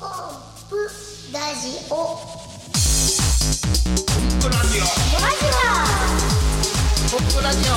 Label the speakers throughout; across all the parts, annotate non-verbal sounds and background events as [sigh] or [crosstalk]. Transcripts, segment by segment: Speaker 1: ップラジオ
Speaker 2: ポップラジオポップラジオ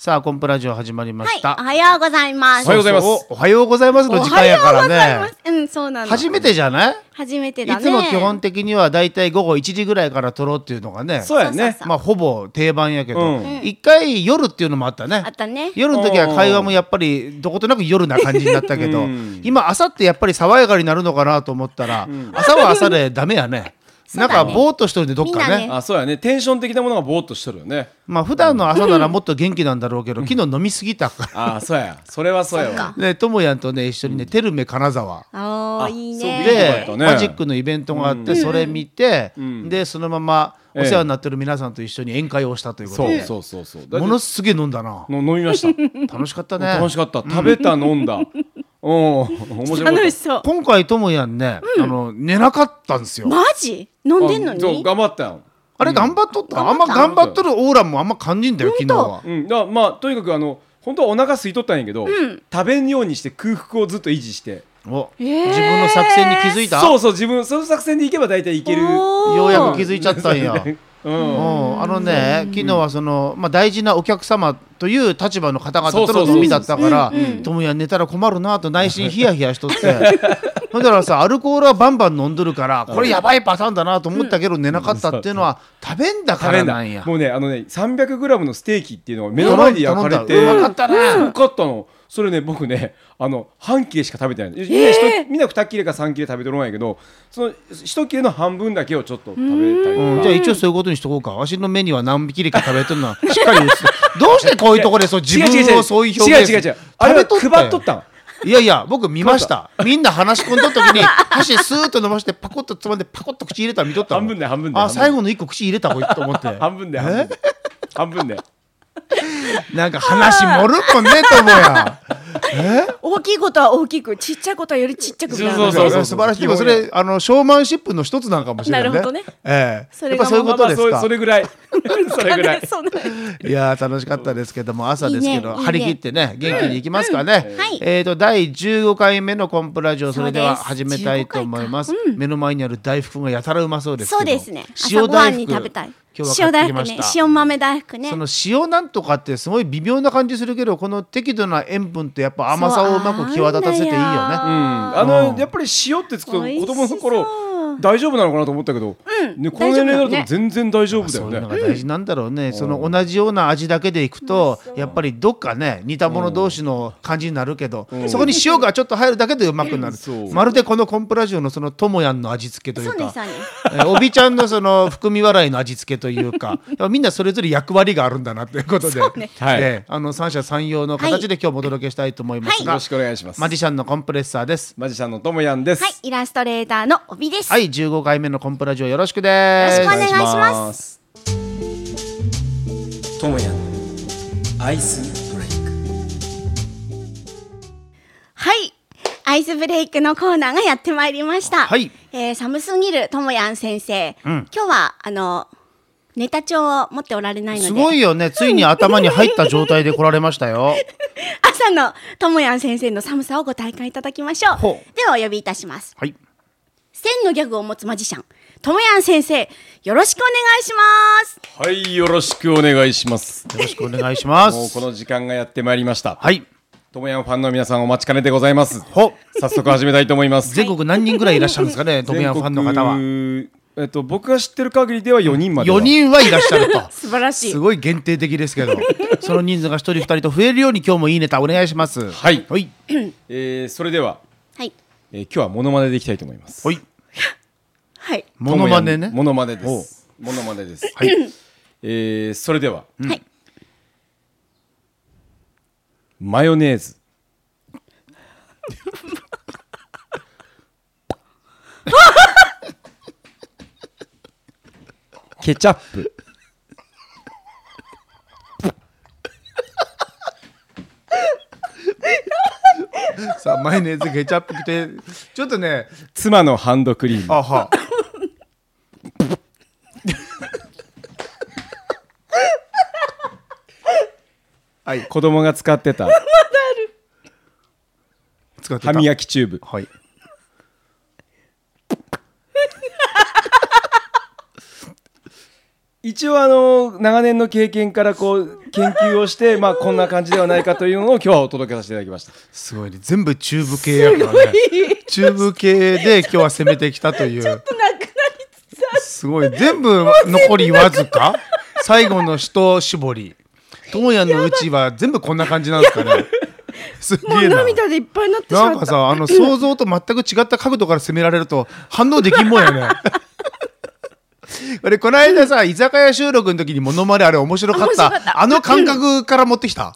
Speaker 3: さあコンプラジオ始まりま
Speaker 4: はい
Speaker 3: した、、
Speaker 4: おはようございま
Speaker 3: お
Speaker 4: す。
Speaker 5: はようございます
Speaker 3: おはようございますの時間やから
Speaker 4: おはようござい
Speaker 3: ね
Speaker 4: ます。うん、そうなの。
Speaker 3: 初めてじゃない、
Speaker 4: 初めて
Speaker 3: い
Speaker 4: だね。
Speaker 3: つも基本的にはだいたい午後1時ぐらいから撮ろうっていうのがね
Speaker 5: そうやね
Speaker 4: そう
Speaker 3: まあほぼ定番やけど、
Speaker 5: うん
Speaker 3: 一回夜っていうのもあったね
Speaker 4: あったね。
Speaker 3: 夜の時は会話もやっぱりどことなく夜な感じになったけど、
Speaker 5: うん
Speaker 3: 今朝ってやっぱり爽やかになるのかなと思ったら、朝は朝でダメやね
Speaker 4: う
Speaker 3: なん
Speaker 4: だね
Speaker 3: かぼーっとしてるんでどっか
Speaker 4: みんな
Speaker 3: ね
Speaker 4: ね
Speaker 5: あそうやねテンション的なものがぼーっとしとるよね
Speaker 3: まあ普段の朝ならもっと元気なんだろうけど昨日飲みすぎたか
Speaker 5: あそうやそれはそうやわ
Speaker 3: らねともやんとね一緒にねテルメ金沢
Speaker 4: お
Speaker 5: あ
Speaker 4: ー、いい
Speaker 5: そう
Speaker 4: ね。
Speaker 3: で
Speaker 5: いいとこやったね
Speaker 3: マジックのイベントがあってそれ見て
Speaker 5: ん
Speaker 3: でそのまま
Speaker 5: え
Speaker 3: お
Speaker 5: え
Speaker 3: 世話になってる皆さんと一緒に宴会をしたということ
Speaker 5: そう
Speaker 3: で
Speaker 5: そうそうそう
Speaker 3: も
Speaker 5: だ
Speaker 3: の
Speaker 5: い
Speaker 3: すげえ飲んだな
Speaker 5: たいの飲みました
Speaker 3: 楽しかったね
Speaker 5: 楽しかった食べた飲んだうん面白かっ
Speaker 4: 楽したそう。
Speaker 3: 今回ともやんねあの寝なかったんですよ
Speaker 4: マジ飲んでんの
Speaker 5: うんそう
Speaker 4: に
Speaker 5: 頑張ったよ
Speaker 3: あれ頑張っとった、あん
Speaker 4: 頑張
Speaker 3: ま
Speaker 4: った
Speaker 3: 頑張っとるオーラもあんま感じんだよ昨日は
Speaker 5: うんだからまあとにかくあの本当はお腹空いとったんやけど食べんようにして空腹をずっと維持して
Speaker 3: お
Speaker 4: えー
Speaker 3: 自分の作戦に気づいた
Speaker 5: そうそう自分その作戦でいけば大体いける
Speaker 4: おー
Speaker 3: ようやく気づいちゃったんや、うん、
Speaker 5: うん
Speaker 3: あのね昨日はその、まあ、大事なお客様という立場の方々
Speaker 5: そう
Speaker 3: と
Speaker 5: そう
Speaker 3: の
Speaker 5: そう
Speaker 3: 飲みだったから「ともやん寝たら困るな」と内心ヒヤヒヤしとって
Speaker 5: [laughs]
Speaker 3: ほんだからさアルコールはバンバン飲んどるからこれやばいパターンだなと思ったけど寝なかったっていうのは食べんだか
Speaker 5: 食べ
Speaker 3: ら
Speaker 5: ん
Speaker 3: な
Speaker 5: だ
Speaker 3: んや。
Speaker 5: もうねあのね 300g のステーキっていうのが目の前で焼かれて
Speaker 3: 頼んだうまかったね
Speaker 5: すごかったのそれね僕ねあの半切れしか食べてないの、みんな一みんな2切れか3切れ食べてるんやけどその1切れの半分だけをちょっと食べたり
Speaker 3: うん
Speaker 5: と
Speaker 3: じゃあ
Speaker 5: か
Speaker 3: 一応そういうことにしとこうかわしの目には何匹でか食べとる
Speaker 5: [laughs]
Speaker 3: のはしっかり映すどうしてこういうところでそう自
Speaker 5: 違
Speaker 3: 分をそういう表現す
Speaker 5: 違う
Speaker 3: る
Speaker 5: 違う違うあれは
Speaker 3: 食べ
Speaker 5: 配っとったん
Speaker 3: いやいや、僕見ました。みんな話し込んだ時に、箸スーッと伸ばして、パコッとつまんで、パコッと口入れたら見とったもん
Speaker 5: 半分だよ半分だよ
Speaker 3: あ、最後の一個口入れた方がいいと思って。
Speaker 5: 半分で半分で半分で
Speaker 3: なんか話盛るもんね、ともや。
Speaker 4: 大きいことは大きく、ちっちゃいことはよりちっちゃくみたいな。
Speaker 5: そうそうそうそう
Speaker 3: 素晴らしい。でもそれ、あの、ショーマンシップの一つなんかもしれない。
Speaker 4: なるほどね
Speaker 3: ええ
Speaker 4: そ
Speaker 3: やっ
Speaker 4: れ
Speaker 3: ぱ
Speaker 4: が
Speaker 3: そういうことです
Speaker 5: まあまあ
Speaker 3: か
Speaker 5: そそ。れぐらい [laughs] それぐら
Speaker 4: [laughs]
Speaker 5: い
Speaker 4: そんな
Speaker 3: [laughs] いやー楽しかったですけども朝ですけど
Speaker 4: いいね
Speaker 3: 張り切ってね元気にいきますかね、
Speaker 4: はい
Speaker 3: えーと第15回目のコンプラジオそれでは
Speaker 4: そうで
Speaker 3: 始
Speaker 4: す
Speaker 3: めたいと思います目の前にある大福がやたらうまそうですけど
Speaker 4: そうですね。朝
Speaker 3: 塩
Speaker 4: ごは
Speaker 3: 大
Speaker 4: ん
Speaker 3: 福
Speaker 4: に食べたい。
Speaker 3: 今日は買
Speaker 4: 塩
Speaker 3: っ
Speaker 4: 大
Speaker 3: てき
Speaker 4: 福
Speaker 3: まし
Speaker 4: ね
Speaker 3: た。
Speaker 4: 塩豆大福ね
Speaker 3: そ。の塩なんとかってすごい微妙な感じするけどこの適度な塩分とやっぱ甘さをうまく際立たせていい
Speaker 4: そ
Speaker 3: よ
Speaker 4: う合うんだよ
Speaker 3: ね
Speaker 5: あ
Speaker 3: うん
Speaker 5: のやっぱり塩ってつくと
Speaker 4: 美味し
Speaker 5: 子
Speaker 4: そう
Speaker 5: 供の頃大丈夫なのかなと思ったけど、ね、この年齢になると全然大丈夫だ
Speaker 3: そうい
Speaker 5: よ
Speaker 3: う
Speaker 5: ね
Speaker 3: のが大事なんだろうね、その同じような味だけでいくと、やっぱりどっかね似た者同士の感じになるけど、そこに塩がちょっと入るだけでうまくなる、
Speaker 5: そう
Speaker 3: まるでこのコンプラジオのそのともやんの味付けとい
Speaker 4: そう
Speaker 3: う
Speaker 4: ね、
Speaker 3: か
Speaker 4: そうね。
Speaker 3: えおびちゃんのその含み笑いの味付けという
Speaker 5: [laughs]
Speaker 3: かやっぱみんなそれぞれ役割があるんだなということで、
Speaker 5: はい
Speaker 3: ええあの三者三様の形で今日もお届けしたいと思います
Speaker 5: よ
Speaker 3: が、
Speaker 5: ろしくお願いします
Speaker 3: マジシャンのコンプレッサーです。
Speaker 5: マジシャンのともやんです、
Speaker 4: はい、イラストレーターの帯です。
Speaker 3: はい、15回目のコンプラジオよろしくです。
Speaker 4: よろしくお願いします
Speaker 6: ともやアイスブレイク
Speaker 4: はい。アイスブレイクのコーナーがやってまいりました。
Speaker 3: はい
Speaker 4: えー寒すぎるともやん先生。
Speaker 3: ん
Speaker 4: 今日は、あの、ネタ帳を持っておられないので。
Speaker 3: すごいよね、ついに頭に入った状態で来られましたよ。
Speaker 4: 朝のともやん先生の寒さをご体感いただきましょう。
Speaker 3: ほ
Speaker 4: ではお呼びいたします。
Speaker 3: はい。
Speaker 4: 千のギャグを持つマジシャン、ともやん先生、よろしくお願いします。
Speaker 5: はいよろしくお願いします
Speaker 3: よろしくお願いしま
Speaker 5: もうこ
Speaker 3: す。
Speaker 5: の時間がやってまいりました
Speaker 3: はい。
Speaker 5: ともやんファンの皆さんお待ちかねでございます
Speaker 3: ほ、
Speaker 5: 早速始めたいと思います
Speaker 3: 全国何人ぐらいいらっしゃるんですかね、トムヤンファンの方は。
Speaker 5: 全国えっと僕が知ってる限りでは4人までは
Speaker 3: 4人はいらっしゃると。
Speaker 4: [laughs] 素晴らしい
Speaker 3: す。ごい限定的ですけど、その人数が1人2人と増えるように今日もいいネタお願いします。
Speaker 5: はい
Speaker 3: はい。
Speaker 5: えーそれでは、
Speaker 4: はい。
Speaker 5: えー今日はモノマネでいきたいと思います
Speaker 3: はい。
Speaker 4: はい。
Speaker 3: モノマネね。
Speaker 5: モノマネですモノマネです
Speaker 3: はい。
Speaker 5: えーそれでは、
Speaker 4: はい
Speaker 5: マヨネーズケチャップ
Speaker 3: さあ、マヨネーズケチャップ来て、ちょっとね、
Speaker 5: 妻のハンドクリーム
Speaker 3: あは。
Speaker 5: 子供が使ってた
Speaker 3: 使ってた
Speaker 5: 歯磨きチューブ
Speaker 3: はい
Speaker 5: 一応あの長年の経験からこう研究をしてまあこんな感じではないかというのを今日はお届けさせていただきました
Speaker 3: すごいね全部チューブ系やからねチューブ系で今日は攻めてきたという
Speaker 4: となくなりつつある
Speaker 3: すごい全部残りわずか最後の一絞り友也のうちは全部こんな感じなんですかねすげ
Speaker 4: もう
Speaker 3: えな
Speaker 4: 涙でいっぱいになってしま
Speaker 3: な
Speaker 4: った
Speaker 3: んかさあの想像と全く違った角度から攻められると反応できんもんやね [laughs] 俺この間さ居酒屋収録の時にモノマネあれ面白かっ
Speaker 4: 面
Speaker 3: た
Speaker 4: 白かった
Speaker 3: あの感覚から持ってきた、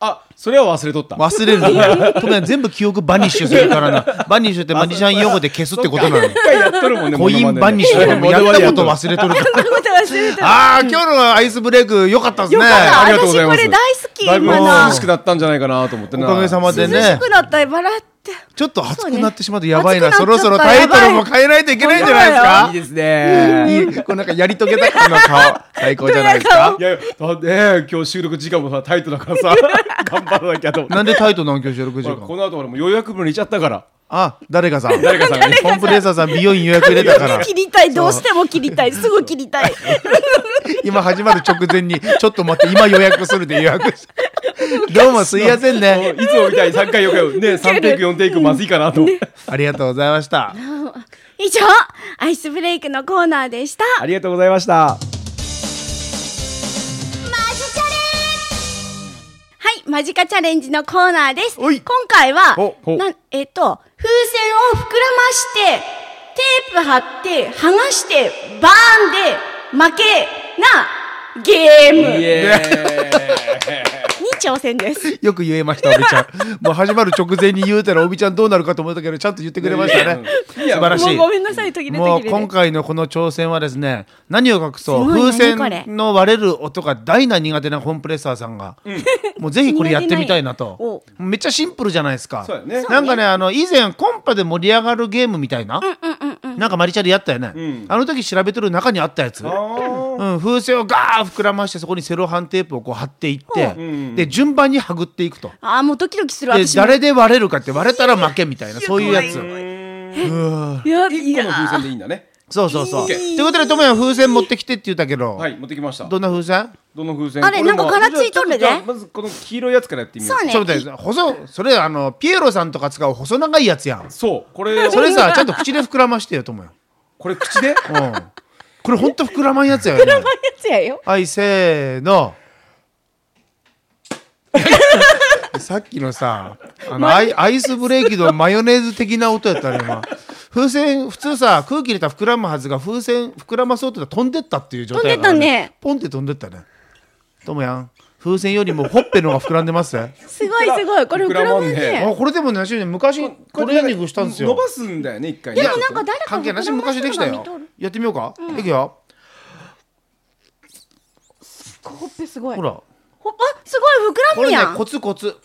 Speaker 5: あそれは忘れとった
Speaker 3: 忘れるねトムヤ全部記憶バニッシュするからなバニッシュってマジシャン用語で消すってことなの
Speaker 5: 一回やっとるもんね
Speaker 3: コインバニッシュとかもやったこと忘れとるから
Speaker 4: こんなこと忘れてた
Speaker 3: ああー今日のアイスブレイク良かったですね
Speaker 4: よかった
Speaker 5: ありがとうございます
Speaker 4: 私これ大好き
Speaker 5: だいぶ
Speaker 4: 今
Speaker 3: の
Speaker 5: 涼しくなったんじゃないかなと思って
Speaker 3: お
Speaker 5: な
Speaker 3: かげさまで
Speaker 4: 涼し
Speaker 3: ね
Speaker 4: くなった笑って
Speaker 3: ちょっと熱くなってしまってやばいな
Speaker 4: そ
Speaker 3: そう
Speaker 4: ね
Speaker 3: ろそ
Speaker 4: 熱くな
Speaker 3: ろ
Speaker 4: っちゃっ
Speaker 3: タ
Speaker 4: た
Speaker 3: イトルも変えないといけないんじゃないですか
Speaker 5: いいですね
Speaker 3: いいこうなんかやり遂げたこの顔最高じゃないですか
Speaker 5: いやいやだね今日収録時間もさタイトだからさ頑張らなきゃと思っ
Speaker 3: [laughs]
Speaker 5: て
Speaker 3: なんでタイトなん今日収録時
Speaker 5: ほらこ
Speaker 3: 間
Speaker 5: の後俺もう予約分入れちゃったから
Speaker 3: あ誰かさん
Speaker 5: 誰かさんがね
Speaker 3: コンプレッサーさん美容院予約入れ [laughs] たから
Speaker 4: 切りたいどうしても切りたいすぐ切りたい
Speaker 3: 今始まる直前にちょっと待って今予約するで予約しどうもすいません
Speaker 5: もう
Speaker 3: ね
Speaker 5: いつもみたいに3回4回
Speaker 3: [laughs]
Speaker 5: ね3テイク4テイクまずいかなと思って
Speaker 3: ありがとうございました
Speaker 4: 以上アイスブレイクのコーナーでした
Speaker 5: ありがとうございました
Speaker 4: はい、マジカチャレンジのコーナーです。
Speaker 3: おい
Speaker 4: 今回は
Speaker 5: おお、
Speaker 4: なんえっ、と、風船を膨らまして、テープ貼って、剥がして、バーンで、負けな、ゲームに挑戦です。
Speaker 3: よく言えましたおびちゃんもう始まる直前に言うたらおびちゃんどうなるかと思ったけどちゃんと言ってくれましたね
Speaker 5: いやいや
Speaker 3: 素晴ら
Speaker 4: も
Speaker 3: し
Speaker 4: う
Speaker 3: い
Speaker 4: ごめんなさい、途切れ
Speaker 3: も
Speaker 4: 途
Speaker 3: う
Speaker 4: 切れ
Speaker 3: 今
Speaker 4: で。
Speaker 3: 回のこの挑戦はですね何を隠そう
Speaker 4: すご
Speaker 3: 風
Speaker 4: い何これ
Speaker 3: 船の割れる音が大な苦手なコンプレッサーさんが、もうぜひこれやってみたいなと
Speaker 4: 苦
Speaker 3: めっちゃシンプルじゃないですか
Speaker 5: そうやね
Speaker 3: なんかねあの以前コンパで盛り上がるゲームみたいな、なんかマリチャリやったよね、
Speaker 5: ん
Speaker 3: あの時調べてる中にあったやつうん、風船をガーッ膨らましてそこにセロハンテープをこう貼っていって、
Speaker 5: ん
Speaker 3: で順番にはぐっていくと。
Speaker 4: あー、もうドキドキする
Speaker 3: で
Speaker 4: 私も。
Speaker 3: 誰で割れるかって割れたら負けみたいなそういうやつ
Speaker 4: いや、い
Speaker 5: 1個
Speaker 4: や
Speaker 5: の風船でいいんだね
Speaker 3: そうそうそう。
Speaker 5: い
Speaker 3: と
Speaker 5: い
Speaker 3: いうことでともやん風船持ってきてって言ったけど、
Speaker 5: はい持ってきました
Speaker 3: ど
Speaker 5: ど
Speaker 3: んな風船
Speaker 5: の風船
Speaker 4: あれ
Speaker 5: こも
Speaker 4: なんか柄ついとるね
Speaker 5: じゃあじゃあまずこの黄色いやつからやってみよ
Speaker 4: そう
Speaker 5: う
Speaker 4: ね。
Speaker 3: そうみたいです細それあのピエロさんとか使う細長いやつやん
Speaker 5: そうこ
Speaker 3: [laughs]
Speaker 5: れ
Speaker 3: それさちゃんと口で膨らましてよともやん
Speaker 5: これ口で
Speaker 3: うんこれほんと膨らまんやつやよね
Speaker 4: こういうやつやよ。
Speaker 3: はいせーの [laughs] さっきのさあのアイアイスブレーキのマヨネーズ的な音やったね今風船普通さ空気入れたら膨らむはずが風船膨らまそうって言ったら飛んでったっていう状態やから
Speaker 4: 飛んでったね
Speaker 3: ポンって飛んでったねともやん風船よりもほっぺの方が膨らんでますね
Speaker 4: すごいすごい。これ膨らまん
Speaker 5: 膨らまん
Speaker 4: ね。
Speaker 3: あこれでもね私ね昔トレーニングしたんですよ
Speaker 5: 伸ばすんだよね一回ね
Speaker 4: でもなんか誰か
Speaker 3: 関係ない私
Speaker 4: 膨らま
Speaker 3: 昔
Speaker 4: せ
Speaker 3: で
Speaker 4: る
Speaker 3: き
Speaker 4: の
Speaker 3: た
Speaker 4: が
Speaker 3: よ
Speaker 4: 見とる
Speaker 3: やってみようか、いくよ
Speaker 4: ほっぺすごい。
Speaker 3: ほ
Speaker 4: ほら。
Speaker 3: ら
Speaker 4: あ、すごい膨
Speaker 3: こ
Speaker 4: らむ
Speaker 3: れね
Speaker 4: や
Speaker 3: コ
Speaker 4: ん。
Speaker 3: ツコツ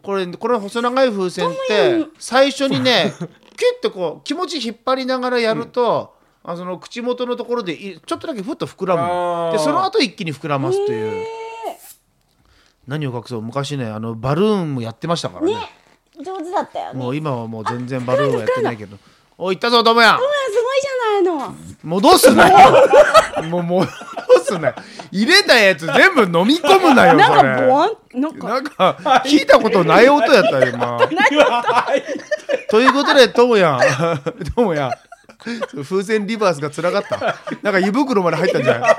Speaker 3: これこれ細長い風船って最初にね [laughs] キュッてこう気持ち引っ張りながらやると、あその口元のところでいちょっとだけふっと膨らむ
Speaker 5: あー
Speaker 3: でその後一気に膨らますという何を隠そう昔ねあのバルーンもやってましたからね
Speaker 4: 上手だったよね。
Speaker 3: もう今はもう全然バルーンはやってないけどおい行ったぞともやん
Speaker 4: すごいじゃないの。
Speaker 3: 戻すな
Speaker 4: [laughs]
Speaker 3: よもう戻すなよ入れたやつ全部飲み込むなよそ
Speaker 4: なんか
Speaker 3: れ
Speaker 4: ボワンなんか
Speaker 3: なんか聞いたことない音やったよ今ということでともやん [laughs] ともやん風船リバースがつらかったなんか湯袋まで入ったんじゃない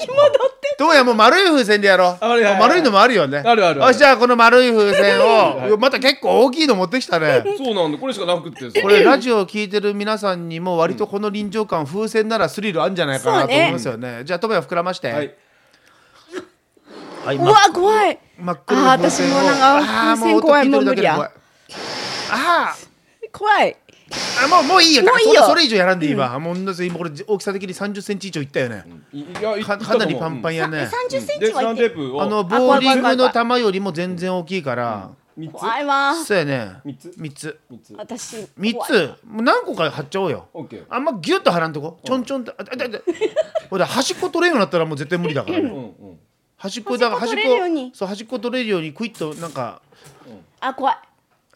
Speaker 4: 気戻って
Speaker 3: ともやんもう丸い風船でやろう
Speaker 5: あ丸いはい
Speaker 3: 丸いのもあるよね
Speaker 5: あるあるある
Speaker 3: よしじゃあこの丸い風船をいやまた結構大きいの持ってきたね
Speaker 5: [laughs] そうなんだこれしかなくって
Speaker 3: これラジオを聞いてる皆さんにも割とこの臨場感風船ならスリルあるんじゃないかなと思いますよねじゃあともやん膨らまして、
Speaker 5: はい
Speaker 3: はい、
Speaker 4: うわ怖い
Speaker 3: 真っ黒の風船を
Speaker 4: あー私もなんか
Speaker 3: あー
Speaker 4: 風船怖い
Speaker 3: もう音聞てるだけで怖いあ
Speaker 4: もう無怖いい
Speaker 3: ーあもうもういいよ
Speaker 4: もういい
Speaker 3: そ
Speaker 4: よ
Speaker 3: れそれ以上やらんで今、もう本当に今これ大きさ的に30センチ以上いったよね、
Speaker 5: いいやい
Speaker 3: かかなりパンパ
Speaker 5: ン
Speaker 3: ンやね、
Speaker 4: 30セン
Speaker 5: で
Speaker 4: チ
Speaker 5: スラ
Speaker 4: は
Speaker 5: ン
Speaker 4: い
Speaker 5: テ
Speaker 4: て
Speaker 5: ープを
Speaker 3: あの
Speaker 4: 怖い
Speaker 3: ボーリン
Speaker 4: 怖
Speaker 3: グ
Speaker 4: い怖
Speaker 3: の
Speaker 4: い
Speaker 3: 球よりも全然大きいから、
Speaker 5: 三つ
Speaker 4: 怖いわ
Speaker 3: そうやね
Speaker 5: 三つ
Speaker 3: 3つ
Speaker 5: 三つ
Speaker 4: 私
Speaker 3: 三
Speaker 4: 怖い
Speaker 3: つもう何個か貼っちゃおうよ
Speaker 5: オッケー
Speaker 3: あんまギュッと貼らんとこちょんちょんってあだだほら端っこ取れるようになったらもう絶対無理だからね、
Speaker 5: うんうん
Speaker 3: 端っこだから
Speaker 4: 端
Speaker 3: 端
Speaker 4: っ
Speaker 3: っ
Speaker 4: こ取れるように
Speaker 3: こそう端っこ取れるようにクイッとなんか
Speaker 4: あ怖い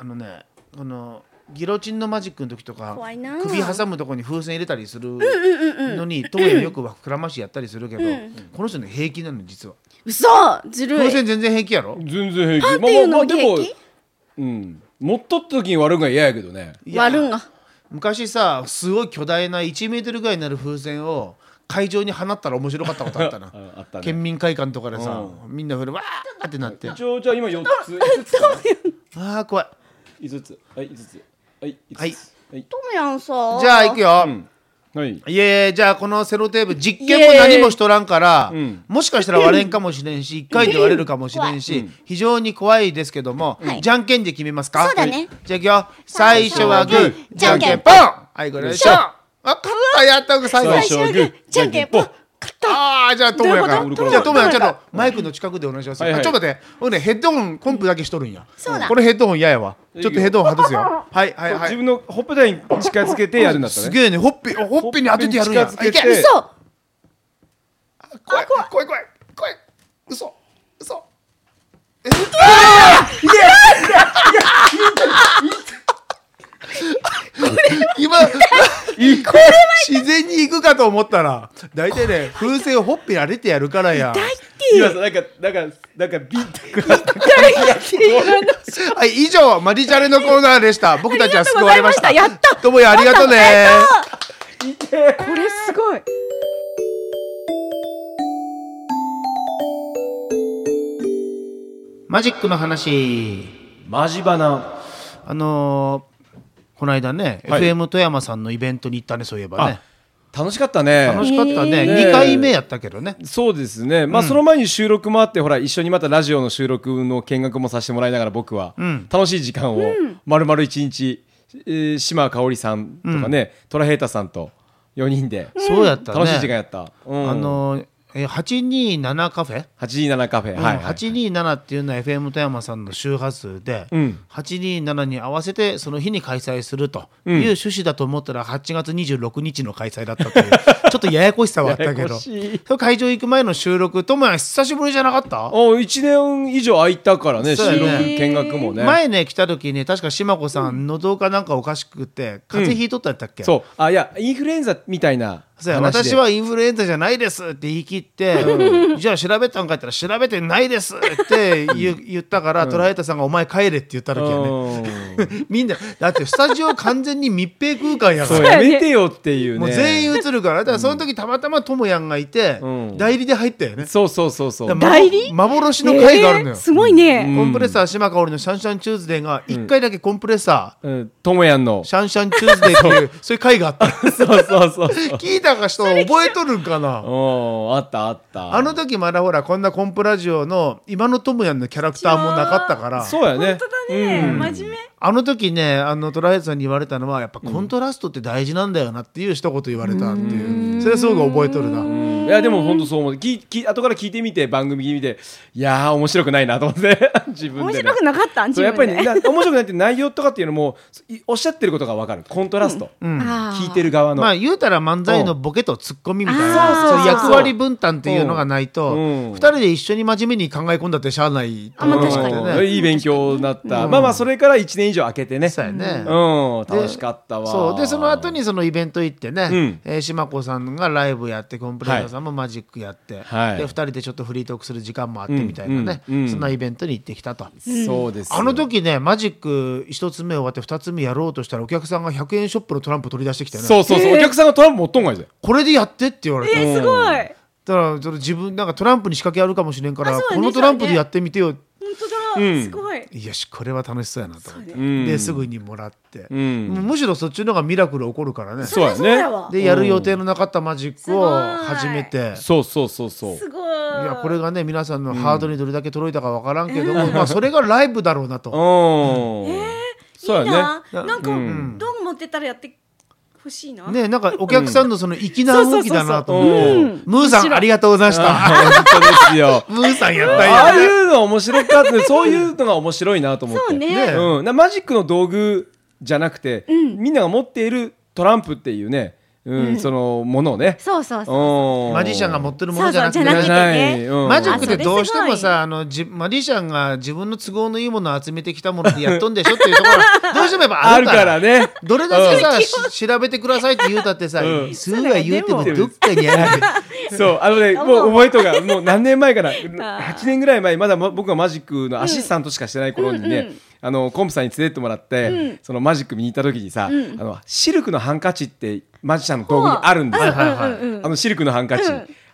Speaker 3: あのねこのギロチンのマジックの時とか
Speaker 4: 怖いなあ
Speaker 3: 首挟むとこに風船入れたりするのに当時よくは膨らましやったりするけど、この人ね平気なの実は
Speaker 4: 嘘ずる
Speaker 3: 風
Speaker 4: い
Speaker 3: 船全然平気やろ
Speaker 5: 全然平気
Speaker 4: パンっていうのも
Speaker 5: で
Speaker 4: 平
Speaker 5: も
Speaker 4: 気
Speaker 5: うん持っとった時に割るのが嫌やけどね
Speaker 3: いや
Speaker 4: 割るんが
Speaker 3: 昔さすごい巨大な1メートルぐらいになる風船を会場に放ったら面白かったことあったな
Speaker 5: [laughs] ああったね
Speaker 3: 県民会館とかでさ、みんなふるわーってなって
Speaker 5: 一応じゃあ今4つ5つかな
Speaker 3: あー怖い
Speaker 5: 5つはい5つはい5つ
Speaker 3: はい
Speaker 5: はい
Speaker 4: トムヤンさ
Speaker 3: じゃあ行くよ、
Speaker 5: はい
Speaker 3: いえいえじゃあこのセロテープ実験も何もしとらんから、
Speaker 5: イエーイうん
Speaker 3: もしかしたら割れんかもしれんし1回で割れるかもしれんし、非常に怖いですけども、じゃんけんで決めますか
Speaker 1: そうだね
Speaker 3: はいじゃあ行くよ最初はグ
Speaker 5: 最
Speaker 3: ー
Speaker 5: 初はグー
Speaker 3: じゃんけんポンはいこれでしょ
Speaker 5: よいしょ
Speaker 3: あ勝ったやった最後
Speaker 5: 最初
Speaker 4: 最
Speaker 5: は
Speaker 4: 初
Speaker 5: グ
Speaker 4: グ
Speaker 5: ー
Speaker 4: ーじゃんけんぽん勝った
Speaker 3: ああじゃあトモヤか
Speaker 4: どういう
Speaker 5: こと
Speaker 3: じゃあトモヤちょっ
Speaker 4: トモヤ
Speaker 3: とマイクの近くでお願いしますよ、
Speaker 5: はいはい
Speaker 3: あちょっと待って俺ねヘッドホンコンプだけしとるんや
Speaker 4: そうだ
Speaker 3: これヘッドホン嫌やわちょっとヘッドホン外すよはいはいは
Speaker 5: 自
Speaker 3: い
Speaker 5: 分のほっぺたに近づけてやるんだった
Speaker 3: す
Speaker 5: ね
Speaker 3: げえねほっぺほっぺに当ててやるんや
Speaker 5: ほっぺに
Speaker 3: い
Speaker 5: 近づ
Speaker 3: け
Speaker 5: けて
Speaker 4: 嘘
Speaker 3: 怖い怖い怖い怖い嘘嘘えうわーいやいやいやいや今これ自然に行くかと思ったら大体ね風船をほっぺに当ててやるからや
Speaker 4: 大っ
Speaker 5: 今さなんかなんかなんかビッてく
Speaker 3: はい以上マリチャレのコーナーでした僕たちは救われました
Speaker 4: ありがとうございました
Speaker 3: ともやありが
Speaker 4: やった
Speaker 3: とうね
Speaker 4: きこれすごい
Speaker 3: マジックの話
Speaker 5: マジバナ
Speaker 3: あのーこの間ね、
Speaker 5: はい
Speaker 3: FM 富山さんのイベントに行ったねそういえばね
Speaker 5: あ楽しかったね
Speaker 3: 楽しかったね、
Speaker 5: えー
Speaker 3: 二2回目やったけどね
Speaker 5: そうですね、まあ、その前に収録もあって、ほら、一緒にまたラジオの収録の見学もさせてもらいながら、僕は、
Speaker 3: ん
Speaker 5: 楽しい時間を、まるまる一日、えー島香織さんとかね、トラヘイタさんと4人で、
Speaker 3: そうやったね
Speaker 5: 楽しい時間やった。うん
Speaker 3: あのえー827カフェ、
Speaker 5: 827カフェ、
Speaker 3: うん
Speaker 5: はいはい、
Speaker 3: 827っていうのは FM 富山さんの周波数で、
Speaker 5: うん
Speaker 3: 827に合わせてその日に開催するという趣旨だと思ったら8月26日の開催だった
Speaker 5: [laughs]
Speaker 3: というちょっとややこしさはあったけ
Speaker 5: やや
Speaker 3: ど
Speaker 5: こ
Speaker 3: そ
Speaker 5: しい
Speaker 3: の会場行く前の収録ともや久しぶりじゃなかった
Speaker 5: お1年以上空いたからね、
Speaker 3: そ
Speaker 5: 収
Speaker 3: うやね
Speaker 5: 録見学もね。
Speaker 3: 前ね来た時に確か島子さん喉かなんかおかしくて風邪ひいとったやったっけ、
Speaker 5: そうあいやインフルエンザみたいな
Speaker 3: そうや
Speaker 5: 話で
Speaker 3: 私はインフルエンザじゃないですって言い切って、じゃあ調べたんか言ったら調べてないですって言う言ったから、トライタさんが「お前帰れ」って言った時は
Speaker 5: [laughs]
Speaker 3: ねみんなだってスタジオ完全に密閉空間や
Speaker 5: そ
Speaker 3: か
Speaker 5: う
Speaker 3: ら。
Speaker 5: やめてよっていうね
Speaker 3: もう全員映るからだからその時たまたまともやんがいて、
Speaker 5: うん
Speaker 3: 代理で入ったよね
Speaker 5: そうそうそうそう
Speaker 3: だから
Speaker 4: 代理
Speaker 3: 幻の回があるの
Speaker 4: え
Speaker 3: よ、
Speaker 4: ーすごいね
Speaker 3: コンプレッサー島香織の「シャンシャンチューズデー」が1回だけコンプレッサー、
Speaker 5: うんともやんの
Speaker 3: シャンシャンチューズデーって
Speaker 5: [laughs]
Speaker 3: いう [laughs] そういう回があった
Speaker 5: そうそうそうそう
Speaker 3: 聞いたか人は覚えとるんかな
Speaker 5: おーあったあった
Speaker 3: あの時まだほらこんなコンプラジオの今のトムヤンのキャラクターもなかったから
Speaker 5: そうやね
Speaker 4: だね真面目
Speaker 3: あの時ねあのトライアスさんに言われたのはやっぱコントラストって大事なんだよなっていう一言言われたっていうそれすごく覚えとるな。
Speaker 5: うんいやでも本当そう思うきき後から聞いてみて番組聞いてみていやー面白くないなと思って [laughs] 自分
Speaker 4: 面
Speaker 5: でね、
Speaker 4: 白くなかったん自
Speaker 5: そうやっぱ
Speaker 4: 分
Speaker 5: り、ね、
Speaker 4: で
Speaker 5: な面白くないって内容とかっていうのもいおっしゃってることが分かるコントラスト、聞いて
Speaker 4: る
Speaker 5: る側の、
Speaker 3: まあ言うたら漫才のボケとツッコミみたい
Speaker 4: うん
Speaker 3: な
Speaker 4: あー
Speaker 3: そう役割分担っていうのがないと
Speaker 5: うん
Speaker 3: 2人で一緒に真面目に考え込んだってしゃあないと
Speaker 4: まあ
Speaker 3: 思
Speaker 4: 確
Speaker 3: っ
Speaker 4: かに
Speaker 3: て
Speaker 5: うん
Speaker 3: ね。
Speaker 5: いい勉強になった、まあまあそれから1年以上空けてね
Speaker 3: そうやね
Speaker 5: うん
Speaker 3: で
Speaker 5: 楽しかったわ
Speaker 3: そうでその後にそのイベント行ってね、
Speaker 5: うん
Speaker 3: えー島子さんがライブやってコンプレッサーさんもマジックやって、
Speaker 5: はい
Speaker 3: で2人でちょっとフリートークする時間もあってみたいなね、
Speaker 5: うんうんうん
Speaker 3: そんなイベントに行ってきたと。
Speaker 5: そうですよ
Speaker 3: あの時ねマジック1つ目終わって2つ目やろうとしたらお客さんが100円ショップのトランプ取り出してきてね
Speaker 5: そうそうそう、お客さんがトランプ持っとんがいぜ
Speaker 3: これでやってって言われて、
Speaker 4: えーすごい本
Speaker 3: だからその自分なんかトランプに仕掛けあるかもしれんから、
Speaker 4: あそうね
Speaker 3: このトランプでやってみてよ、
Speaker 4: 当だすごい
Speaker 3: いやしこれは楽しそうやなと思って、
Speaker 5: うん
Speaker 3: ですぐにもらって、
Speaker 5: ん
Speaker 3: むしろそっちの方がミラクル起こるからね
Speaker 5: そうや
Speaker 4: そりゃそう
Speaker 5: ね
Speaker 4: やわ
Speaker 3: でやる予定のなかったマジックを
Speaker 4: うん
Speaker 3: 始めて、
Speaker 5: そうそうそうそう
Speaker 4: すごい
Speaker 3: いやこれがね皆さんのハードにどれだけ届いたかわからんけども、まあ、それがライブだろうなと、
Speaker 5: うん、そうや
Speaker 4: いい
Speaker 5: ね
Speaker 4: ななんか
Speaker 5: うん
Speaker 4: 道具持ってたらやってほしいな
Speaker 3: ねなんかお客さんのその粋な動きだなと
Speaker 5: そうそうそうそうう
Speaker 3: 思ってムーさんありがとうございました
Speaker 5: 本当で
Speaker 4: [laughs]
Speaker 5: すよ
Speaker 3: [laughs] ムーさんやったん
Speaker 5: あ
Speaker 3: や
Speaker 5: あいうの面白かったねそういうのが面白いなと思って
Speaker 4: そうね
Speaker 3: ね
Speaker 5: うん、なマジックの道具じゃなくて、みんなが持っているトランプっていうね、うん、そのものをね。
Speaker 4: そうそうそう。
Speaker 5: うん
Speaker 3: マジシャンが持ってるも
Speaker 4: そ
Speaker 3: の
Speaker 4: う
Speaker 3: じゃ
Speaker 4: そう
Speaker 3: なく
Speaker 4: じ
Speaker 3: て
Speaker 4: ゃなくて
Speaker 5: じ
Speaker 4: ね
Speaker 5: ゃない。うん
Speaker 3: マジックって
Speaker 4: あそれす
Speaker 3: ど
Speaker 4: ごいう
Speaker 3: してもさあのじマジシャンが自分の都合のいいものを集めてきたものでやっとんでしょっていうところどうしてもやっぱ
Speaker 5: あ
Speaker 3: あ
Speaker 5: る
Speaker 3: る
Speaker 5: か
Speaker 3: からら
Speaker 5: ね。
Speaker 3: どれだけさし調べてくださいって言うたってさ
Speaker 5: うん
Speaker 3: 数は言うても
Speaker 5: それはで
Speaker 3: ど
Speaker 5: も
Speaker 3: っかにある
Speaker 5: [laughs] そう、あのね、もう覚えとが、もう何年前か [laughs] な、8年ぐらい前、まだま僕がマジックのアシスタントしかしてない頃にね、あの、コンプさんに連れてってもらって、そのマジック見に行った時にさ、あの、シルクのハンカチってマジシャンの道具にあるんですよ。
Speaker 3: はいはいはい
Speaker 5: あの、シルクのハンカチ。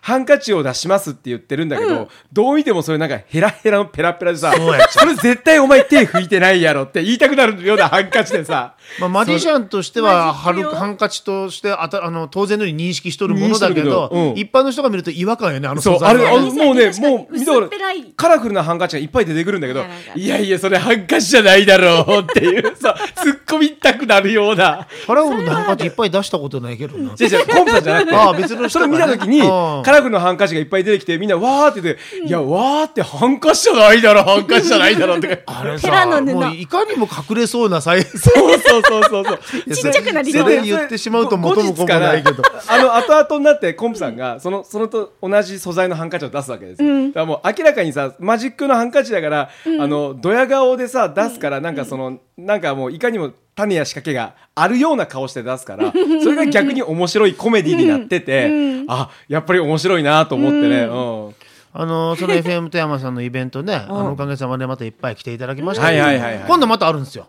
Speaker 5: ハンカチを出しますって言ってるんだけど、どう見てもそれなんかヘラヘラのペラペラでさ、
Speaker 3: そうやっ
Speaker 5: それ絶対お前手拭いてないやろって言いたくなるようなハンカチでさ、
Speaker 3: まあ、マジシャンとしてはハルハンカチとしてあたあの当然のように認識しとるものだけど、
Speaker 5: 認識しとるけどうん
Speaker 3: 一般の人が見ると違和感よねあの
Speaker 5: そ
Speaker 3: 素
Speaker 5: う、あ
Speaker 3: 材
Speaker 5: れ、
Speaker 3: は
Speaker 5: あ
Speaker 3: ね
Speaker 5: のもうね、
Speaker 4: 確かに
Speaker 5: もう、見た
Speaker 4: 薄っぺらい
Speaker 5: カラフルなハンカチがいっぱい出てくるんだけど
Speaker 4: なんかなん、か
Speaker 5: いやいや、それハンカチじゃないだろうっていう、 [laughs] さ、突っ込みたくなるような。
Speaker 3: カラフルなハンカチいっぱい出したことないけどな
Speaker 5: じゃじゃ
Speaker 4: [laughs]
Speaker 5: コンプさんじゃなくて。
Speaker 3: ああ別の人
Speaker 5: そ
Speaker 3: が
Speaker 5: れ
Speaker 3: ね
Speaker 5: 見たときに、
Speaker 3: うん
Speaker 5: カラフルなハンカチがいっぱい出てきて、みんなわーって言って、いや、わーってハンカチじゃないだろ、ハンカチじゃないだろって。
Speaker 3: あれ
Speaker 4: ペラの
Speaker 3: さ
Speaker 4: 布
Speaker 3: もういかにも隠れそうなサイズ
Speaker 5: そうそうそうそうそう。
Speaker 3: [laughs]
Speaker 4: ちっちゃくなり
Speaker 3: そ
Speaker 4: そう
Speaker 3: れ言ってしまうと元も子もないけど
Speaker 5: 後日からあの後々になってコンプさんがそのそのと同じ素材のハンカチを出すわけですよ、だからもう明らかにさマジックのハンカチだから、あのドヤ顔でさ出すからなんかその、なんかもういかにも種や仕掛けがあるような顔して出すからそれが逆に面白いコメディになってて、あやっぱり面白いなと思ってね、うん
Speaker 3: [laughs] あのその FM 富山さんのイベントねあのおかげさまでまたいっぱい来ていただきましたけど
Speaker 5: はいはいはいはい
Speaker 3: 今度またあるんですよ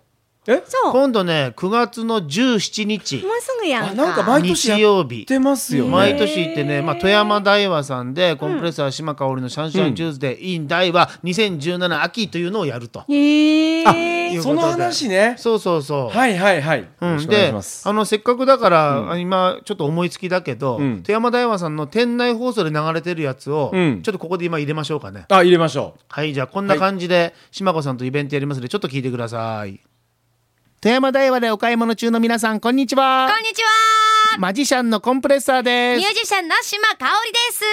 Speaker 5: え
Speaker 4: そう。も
Speaker 3: 今度ね9月の17日
Speaker 4: うすぐやん
Speaker 5: あ
Speaker 4: か。
Speaker 5: なんか毎年や
Speaker 3: 日曜日
Speaker 5: ってますよね
Speaker 3: 毎年行ってね、まあ、富山大和さんでコンプレッサー島香織のシャンシャンジューズで in 大和2017秋というのをやると。
Speaker 4: へえ。
Speaker 3: いうこ
Speaker 5: そ
Speaker 3: とで
Speaker 5: の話ね
Speaker 3: そうそうそう。
Speaker 5: はいはいはい、
Speaker 3: う
Speaker 5: よ
Speaker 3: ん
Speaker 5: ろしくお願い
Speaker 3: で
Speaker 5: します
Speaker 3: あのせっかくだから、今ちょっと思いつきだけど、
Speaker 5: うん
Speaker 3: 富山大和さんの店内放送で流れてるやつを、
Speaker 5: うん
Speaker 3: ちょっとここで今入れましょうかね
Speaker 5: あ入れましょう
Speaker 3: はいじゃあこんな感じで、島子さんとイベントやりますのでちょっと聞いてください富山大和でお買い物中の皆さんこんにちは
Speaker 7: こんにちは
Speaker 3: マジシャンのコンプレッサーで
Speaker 7: ミュ
Speaker 3: す
Speaker 7: ージシャンの島香織です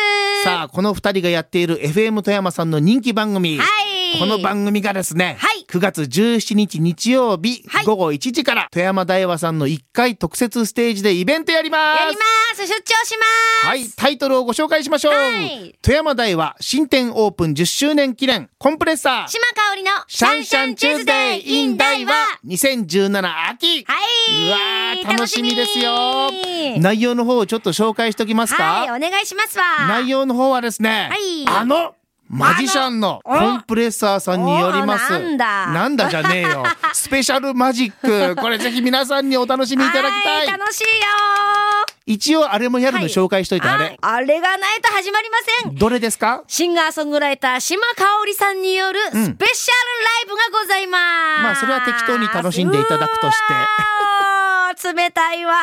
Speaker 3: さあこの2人がやっている FM 富山さんの人気番組、
Speaker 7: はい
Speaker 3: この番組がですね、
Speaker 7: はい
Speaker 3: 9月17日日曜日、
Speaker 7: はい
Speaker 3: 午後1時から富山大和さんの1階特設ステージでイベントやります
Speaker 7: やります出張します
Speaker 3: はいタイトルをご紹介しましょう、
Speaker 7: はい
Speaker 3: 富山大和新店オープン10周年記念コンプレッサー
Speaker 7: 島香織の
Speaker 3: シャンシャンチューズデイ in 大和2017秋、
Speaker 7: はいう
Speaker 3: わー楽しみですよ内容の方をちょっと紹介しておきますか、
Speaker 7: はいお願いしますわ
Speaker 3: 内容の方はですね、
Speaker 7: はい
Speaker 3: あのマジシャンのコンプレッサーさんによります
Speaker 7: おなんだ
Speaker 3: なんだじゃねえ
Speaker 7: [laughs]
Speaker 3: よスペシャルマジックこれぜひ皆さんにお楽しみいただきたい
Speaker 7: はい楽しいよ
Speaker 3: 一応あれもやるの紹介しといて、
Speaker 7: は
Speaker 3: あ
Speaker 7: い
Speaker 3: れ、
Speaker 7: あれがないと始まりません
Speaker 3: どれですか
Speaker 7: シンガーソングライター島香織さんによるスペシャルライブがございます、
Speaker 3: まあそれは適当に楽しんでいただくとして
Speaker 7: うわー冷たいわ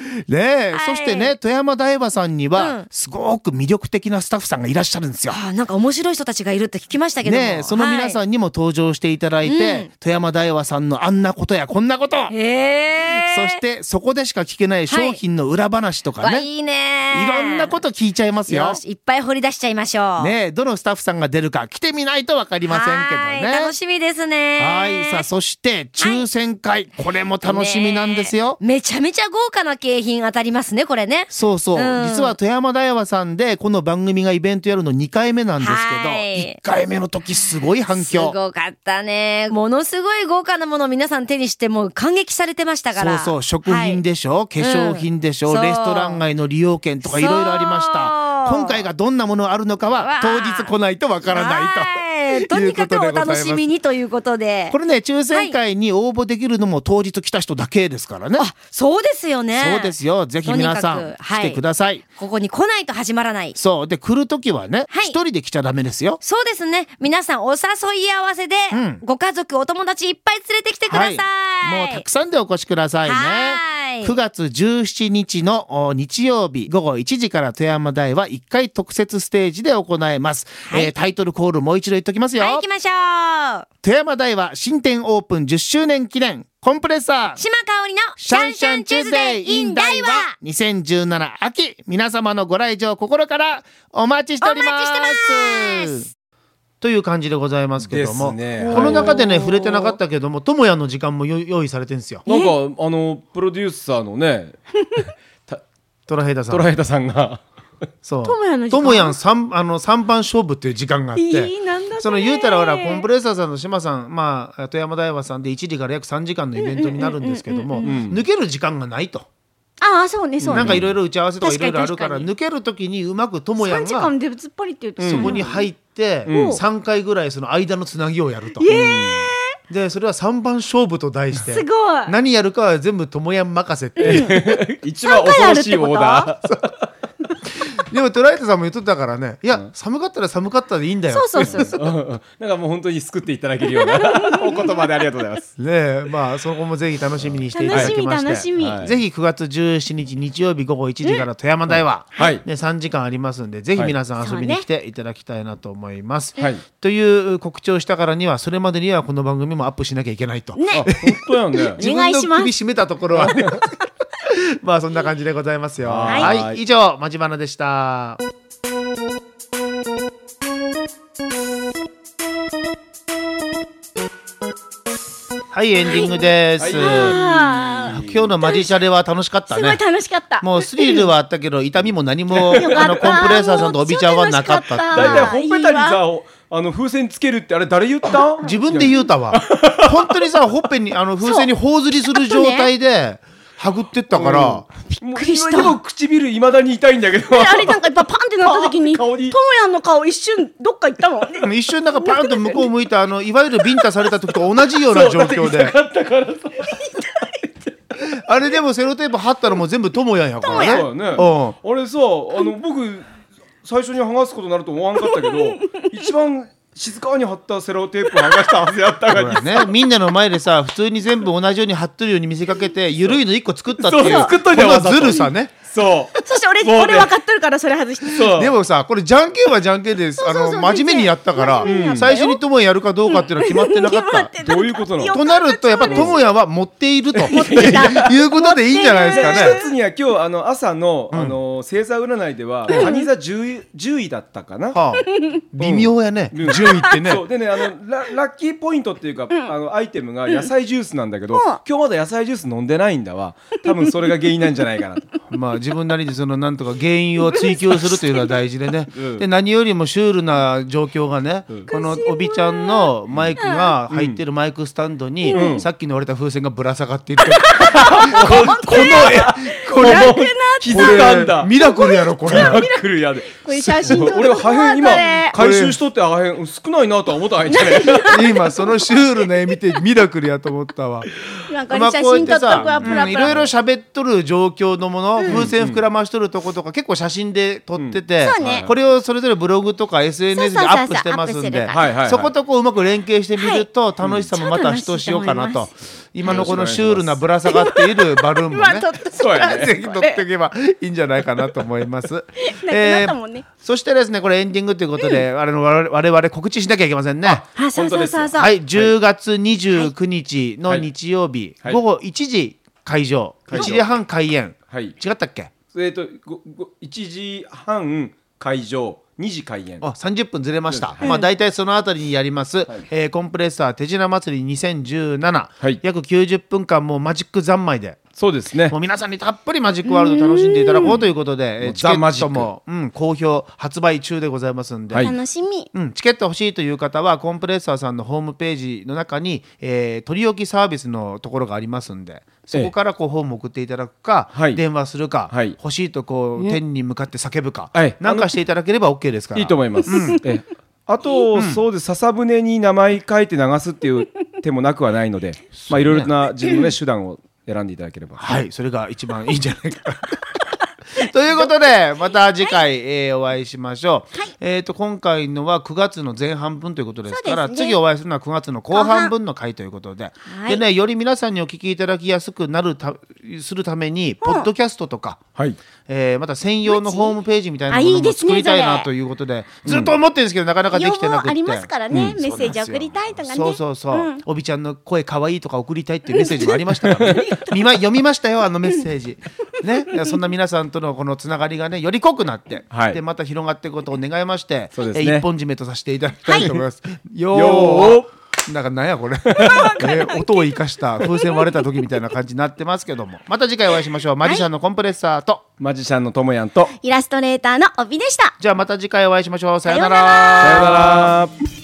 Speaker 7: ー
Speaker 3: ねえ、
Speaker 7: は
Speaker 3: そ
Speaker 7: い
Speaker 3: してね富山大和さんには、
Speaker 7: うん
Speaker 3: すごく魅力的なスタッフさんがいらっしゃるんですよ
Speaker 7: あなんか面白い人たちがいるって聞きましたけども
Speaker 3: ねえその皆さ
Speaker 7: は
Speaker 3: んにも登場していただいて、
Speaker 7: うん
Speaker 3: 富山大和さんのあんなことやこんなこと
Speaker 7: いへ
Speaker 3: そ
Speaker 7: ー
Speaker 3: してそこでしか聞けない商品の裏話とかね、
Speaker 7: わ
Speaker 3: い、
Speaker 7: いいね
Speaker 3: ろんなこと聞いちゃいますよ
Speaker 7: よ。しいっぱい掘り出しちゃいましょう
Speaker 3: ねえどのスタッフさんが出るか来てみないとわかりませんけど
Speaker 7: は
Speaker 3: ね
Speaker 7: い。楽しみですね
Speaker 3: はいさあそして抽選会、これも楽しみなんですよ。
Speaker 7: ねめちゃめちゃ豪華な景品当たりますねこれね
Speaker 3: そうそう、
Speaker 7: うん
Speaker 3: 実は富山大和さんでこの番組がイベントやるの2回目なんです
Speaker 7: はい
Speaker 3: けど、1回目の時すごい反
Speaker 7: す
Speaker 3: 響。
Speaker 7: ごかったねものすごい豪華なものを皆さん手にしてもう感激されてましたか
Speaker 3: そう
Speaker 7: ら
Speaker 3: そう食品でしょ、化粧品でしょ、
Speaker 7: うんそう
Speaker 3: レストラン街の利用券とかいろいろありました
Speaker 7: そう
Speaker 3: 今回がどんなものあるのか
Speaker 7: わ
Speaker 3: は
Speaker 7: あ
Speaker 3: 当日来ないとわから [laughs] ないと
Speaker 7: とにかくお楽しみ
Speaker 3: に
Speaker 7: にということで
Speaker 3: これね抽選会に応募できるのも当日来た人だけですからね、
Speaker 7: あそうですよね
Speaker 3: そうですよぜひ皆さ
Speaker 7: とに
Speaker 3: ん
Speaker 7: かくは
Speaker 3: 来
Speaker 7: い
Speaker 3: てください、
Speaker 7: ここに来ないと始まらない
Speaker 3: そうで来る時はね
Speaker 7: はい
Speaker 3: 一、人で来ちゃダメですよ
Speaker 7: そうですね皆さんお誘い合わせで、
Speaker 3: うん
Speaker 7: ご家族お友達いっぱい連れてきてください、
Speaker 3: はい、もうたくさんでお越しくださいね
Speaker 7: はい
Speaker 3: 9月17日のお日曜日午後1時から富山台は1回特設ステージで行います、
Speaker 7: はい
Speaker 3: えータイトルコールもう一度言っときますよ、
Speaker 7: はい行きましょう
Speaker 3: 富山台は新店オープン10周年記念コンプレッサー
Speaker 7: 島香織のシャンシャンチューズデイ in 台湾
Speaker 3: 2017秋皆様のご来場心からお待ちしております
Speaker 7: お待ちしてます
Speaker 3: という感じでございますけども、
Speaker 5: ですね
Speaker 3: この中でね触れてなかったけども智也の時間もよ用意されてるんですよ
Speaker 5: なんかあのプロデューサーのねた
Speaker 3: トラヘイダさん
Speaker 5: トラヘイダさん
Speaker 3: [laughs]
Speaker 5: が
Speaker 3: そう
Speaker 4: トモヤの時間
Speaker 3: トモヤン三あの三番勝負っていう時間があって
Speaker 4: いいなんだ
Speaker 3: その
Speaker 4: これ
Speaker 3: 言うたらほらコンプレッサーさんと島さんまあ富山大和さんで1時から約3時間のイベントになるんですけども抜ける時間がないと、
Speaker 4: ああ、そうね、そうね。
Speaker 3: なんかいろいろ打ち合わせとかい
Speaker 4: 確
Speaker 3: ろい
Speaker 4: かに
Speaker 3: ろあるから
Speaker 4: 確か
Speaker 3: 抜ける時にうまくトモヤ
Speaker 4: 3
Speaker 3: ン
Speaker 4: 時
Speaker 3: が
Speaker 4: 間で突っ張りって言うと、
Speaker 3: そこに入って
Speaker 4: ん
Speaker 3: 3回ぐらいその間のつなぎをやると。でそれは三番勝負と題して
Speaker 4: すごい
Speaker 3: 何やるかは全部トモヤン任せっていう
Speaker 5: 一番恐ろしいオーダー
Speaker 3: でもトライトさんも言っとったからねいや、寒かったら寒かったでいいんだよ
Speaker 4: そうそうそうそう。
Speaker 5: うんうん [laughs] なんかもう本当に救っていただけ
Speaker 3: [laughs]
Speaker 5: るようなお言葉でありがとうございます
Speaker 3: ねえまあそこもぜひ楽しみにしていた
Speaker 4: 楽
Speaker 3: だ
Speaker 4: し
Speaker 3: き
Speaker 4: み、
Speaker 3: まして
Speaker 4: 楽しみ。
Speaker 5: はい
Speaker 3: ぜひ9月17日日曜日午後1時から富山大和、
Speaker 5: はい
Speaker 3: ね、3時間ありますんでぜひ皆さん遊びに来ていただきたいなと思います。
Speaker 5: はい
Speaker 3: という告知をしたからにはそれまでにはこの番組もアップしなきゃいけないと。
Speaker 5: あ本当やんね
Speaker 3: 自分の首絞めたところは、ね、まあそんな感じでございますよ。
Speaker 5: はい
Speaker 3: はい、以上まじばなでした。はいエンディングです。
Speaker 4: あ
Speaker 3: あ今日のマジチャレは楽しかっ
Speaker 4: ー
Speaker 3: た
Speaker 4: すごい
Speaker 3: ね。
Speaker 4: 楽しかった。
Speaker 3: もうスリルはあったけど痛みも何もあ
Speaker 4: かった
Speaker 3: のコンプレッサーさんとおびちゃんはなかったっていう
Speaker 4: もう超楽しかった
Speaker 5: 大体ほっぺたにさおあの風船つけるってあれ誰言った
Speaker 3: 自分で言うたわ本当にさほっぺにあの風船に頬ずりする状態ではぐってったから、
Speaker 5: びっ
Speaker 4: くりした
Speaker 5: でも唇いまだに痛いんだけど
Speaker 4: であれなんかやっぱパンってなった
Speaker 3: [laughs]
Speaker 4: 時に、
Speaker 5: パ
Speaker 4: と
Speaker 5: ンって顔
Speaker 4: も
Speaker 5: に
Speaker 4: やんの顔一瞬どっか行ったもん。で
Speaker 3: あの一瞬なんかパーンと向こう向いたあのいわゆるビンタされた時と同じような状況であれでもセロテープ貼ったらもう全部ともやんやからね
Speaker 5: そうだねあれさあの僕最初に剥がすことになると思わんかった [laughs] けど一番静かに貼ったセロテープ剥がしたはずやった
Speaker 3: うん
Speaker 5: が
Speaker 3: ほらね、みんなの前でさ普通に全部同じように貼っとるように見せかけてゆるいの1個作ったっていう
Speaker 5: そうそう作っといた
Speaker 3: こ
Speaker 5: わ
Speaker 3: のずるさね
Speaker 5: そう
Speaker 4: そして俺、
Speaker 5: そうね
Speaker 4: 俺分かっとるからそれ外して。
Speaker 5: そう
Speaker 3: でもさこれじゃんけんはじゃんけんですあの真面目にやったから最初にともやるかどうかっていうのは決まってなかった。
Speaker 4: 決まって
Speaker 5: どういうことなの
Speaker 3: となるとやっぱともやは持っているということでいいんじゃないですか
Speaker 5: で一
Speaker 3: ね。
Speaker 5: つには今日あの朝の、あの星座占いでは蟹座 10, 10位だったかな、
Speaker 3: はあ、微妙やね、
Speaker 5: うん
Speaker 3: 順位ってね。
Speaker 5: そうでねあのララッキーポイントっていうか、あのアイテムが野菜ジュースなんだけど、今日まだ野菜ジュース飲んでないんだわ多分それが原因なんじゃないかなと
Speaker 3: まあ自分なりにそのなんとか原因を追求するというのは大事でね、
Speaker 5: うん
Speaker 3: で何よりもシュールな状況がね、このおびちゃんのマイクが入ってるマイクスタンドに、
Speaker 5: うん
Speaker 3: さっきの折れた風船がぶら下がっている、
Speaker 5: この絵これ [laughs] 気づかんだ
Speaker 3: ミラクルやろこれ
Speaker 5: ミラクルやで
Speaker 4: これ写真撮る
Speaker 5: 俺破片今
Speaker 4: こ
Speaker 5: 回収しとって破片少ないなとは思ったらあいんじゃな
Speaker 4: [laughs]
Speaker 5: い
Speaker 3: 今そのシュールな絵見てミラクルやと思ったわ。
Speaker 4: れなんか写真撮っとく
Speaker 3: まあ
Speaker 4: わ、
Speaker 3: こ
Speaker 4: プ
Speaker 3: うやってさうん
Speaker 4: ラプ
Speaker 3: いろいろ
Speaker 4: ラ。
Speaker 3: 喋っとる状況のもの、風船膨らましとるとことか結構写真で撮ってて、
Speaker 7: うんそうね
Speaker 3: これをそれぞれブログとか SNS で
Speaker 7: そう
Speaker 3: ア
Speaker 7: そうそうそう
Speaker 3: ップしてますんで
Speaker 7: アップするから
Speaker 5: はいはいはい
Speaker 3: そことこううまく連携してみると楽しさもまたひとしおかなと、
Speaker 7: うん
Speaker 3: 今のこのシュールなぶら下がっているバルーンもね
Speaker 4: [laughs] 今撮っとく
Speaker 5: そうやね
Speaker 3: ぜひ撮っていけばいいんじゃないかなと思います。
Speaker 4: なったもんね
Speaker 3: ーそしてですねこれエンディングということで、あの我我々告知しなきゃいけませんね。
Speaker 7: あ、そうそうそうそう。
Speaker 3: はい、10月29日の日曜日、
Speaker 5: はい
Speaker 3: 午後1時会場、
Speaker 5: 会
Speaker 3: 1
Speaker 5: 場
Speaker 3: 時半開演、
Speaker 5: はい
Speaker 3: 違ったっけ
Speaker 5: えっとごご1時半会場2時開演
Speaker 3: あ30分ずれました、まあ、大体そのあたりにやります、えーコンプレッサー手品祭り2017、
Speaker 5: はい
Speaker 3: 約90分間もうマジック三昧で
Speaker 5: そうですね
Speaker 3: もう皆さんにたっぷりマジックワールド楽しんでいただこうということで、えー
Speaker 5: もう
Speaker 3: チケ
Speaker 5: ザマ
Speaker 3: ッ
Speaker 5: ジッ
Speaker 3: ト
Speaker 5: ク
Speaker 3: も、うん、好評発売中でございますんで、
Speaker 5: はい
Speaker 7: 楽しみ。
Speaker 3: うん、チケット欲しいという方はコンプレッサーさんのホームページの中に、えー取り置きサービスのところがありますんでそこからこうホーム送っていただくか、
Speaker 5: はい
Speaker 3: 電話するか、
Speaker 5: はい
Speaker 3: 欲しいとこう、天に向かって叫ぶか、
Speaker 5: はい
Speaker 3: なんかしていただければ OK ですから
Speaker 5: いいと思います、ええあと、そうです笹舟に名前書いて流すっていう手もなくはないので、まあいろいろな自分のね手段を選んでいただければ
Speaker 3: はいそれが一番いいんじゃないかな [laughs] ということでまた次回、えーお会いしましょう、えっ、と今回のは9月の前半分ということですから
Speaker 7: そうですね
Speaker 3: 次お会いするのは9月の後半分の回ということで、
Speaker 7: はい
Speaker 3: でねより皆さんにお聞きいただきやすくなるたするためにポッドキャストとか、
Speaker 5: はい
Speaker 3: えーまた専用のホームページみたいな
Speaker 7: マ
Speaker 3: も
Speaker 7: ジ
Speaker 3: の
Speaker 7: あいい
Speaker 3: も
Speaker 7: です
Speaker 3: 作
Speaker 7: ね
Speaker 3: りたい
Speaker 7: そ
Speaker 3: な
Speaker 7: れ
Speaker 3: ということでずっと思ってるんですけどなかなかで
Speaker 7: 要
Speaker 3: きてなくっ
Speaker 7: 望
Speaker 3: て
Speaker 7: ありますからね。メッセ
Speaker 3: そうなん
Speaker 7: ージ送
Speaker 3: ですよ
Speaker 7: りたいとかね。
Speaker 3: そうそうそう、おびちゃんの声可愛いとか送りたいっていうメッセージもありました
Speaker 7: [laughs]
Speaker 3: から、ね、見ま読みましたよあのメッセージねいやそんな皆さんとのこのつながりがねより濃くなって、
Speaker 5: はい
Speaker 3: でまた広がっていくことを願いまして
Speaker 5: そうです
Speaker 3: え
Speaker 5: ね
Speaker 3: 一本締めとさせていただきたいと思います、よー
Speaker 5: よー
Speaker 3: なんかなんや
Speaker 7: [laughs]
Speaker 3: これ、えー音を生かした風船割れた時みたいな感じになってますけどもまた次回お会いしましょうマジシャンのコンプレッサーと、
Speaker 5: マジシャンのともやんと。
Speaker 4: イラストレーターの帯でした。
Speaker 3: じゃあまた次回お会いしましょうさような
Speaker 4: さような
Speaker 3: ら
Speaker 5: さよなら。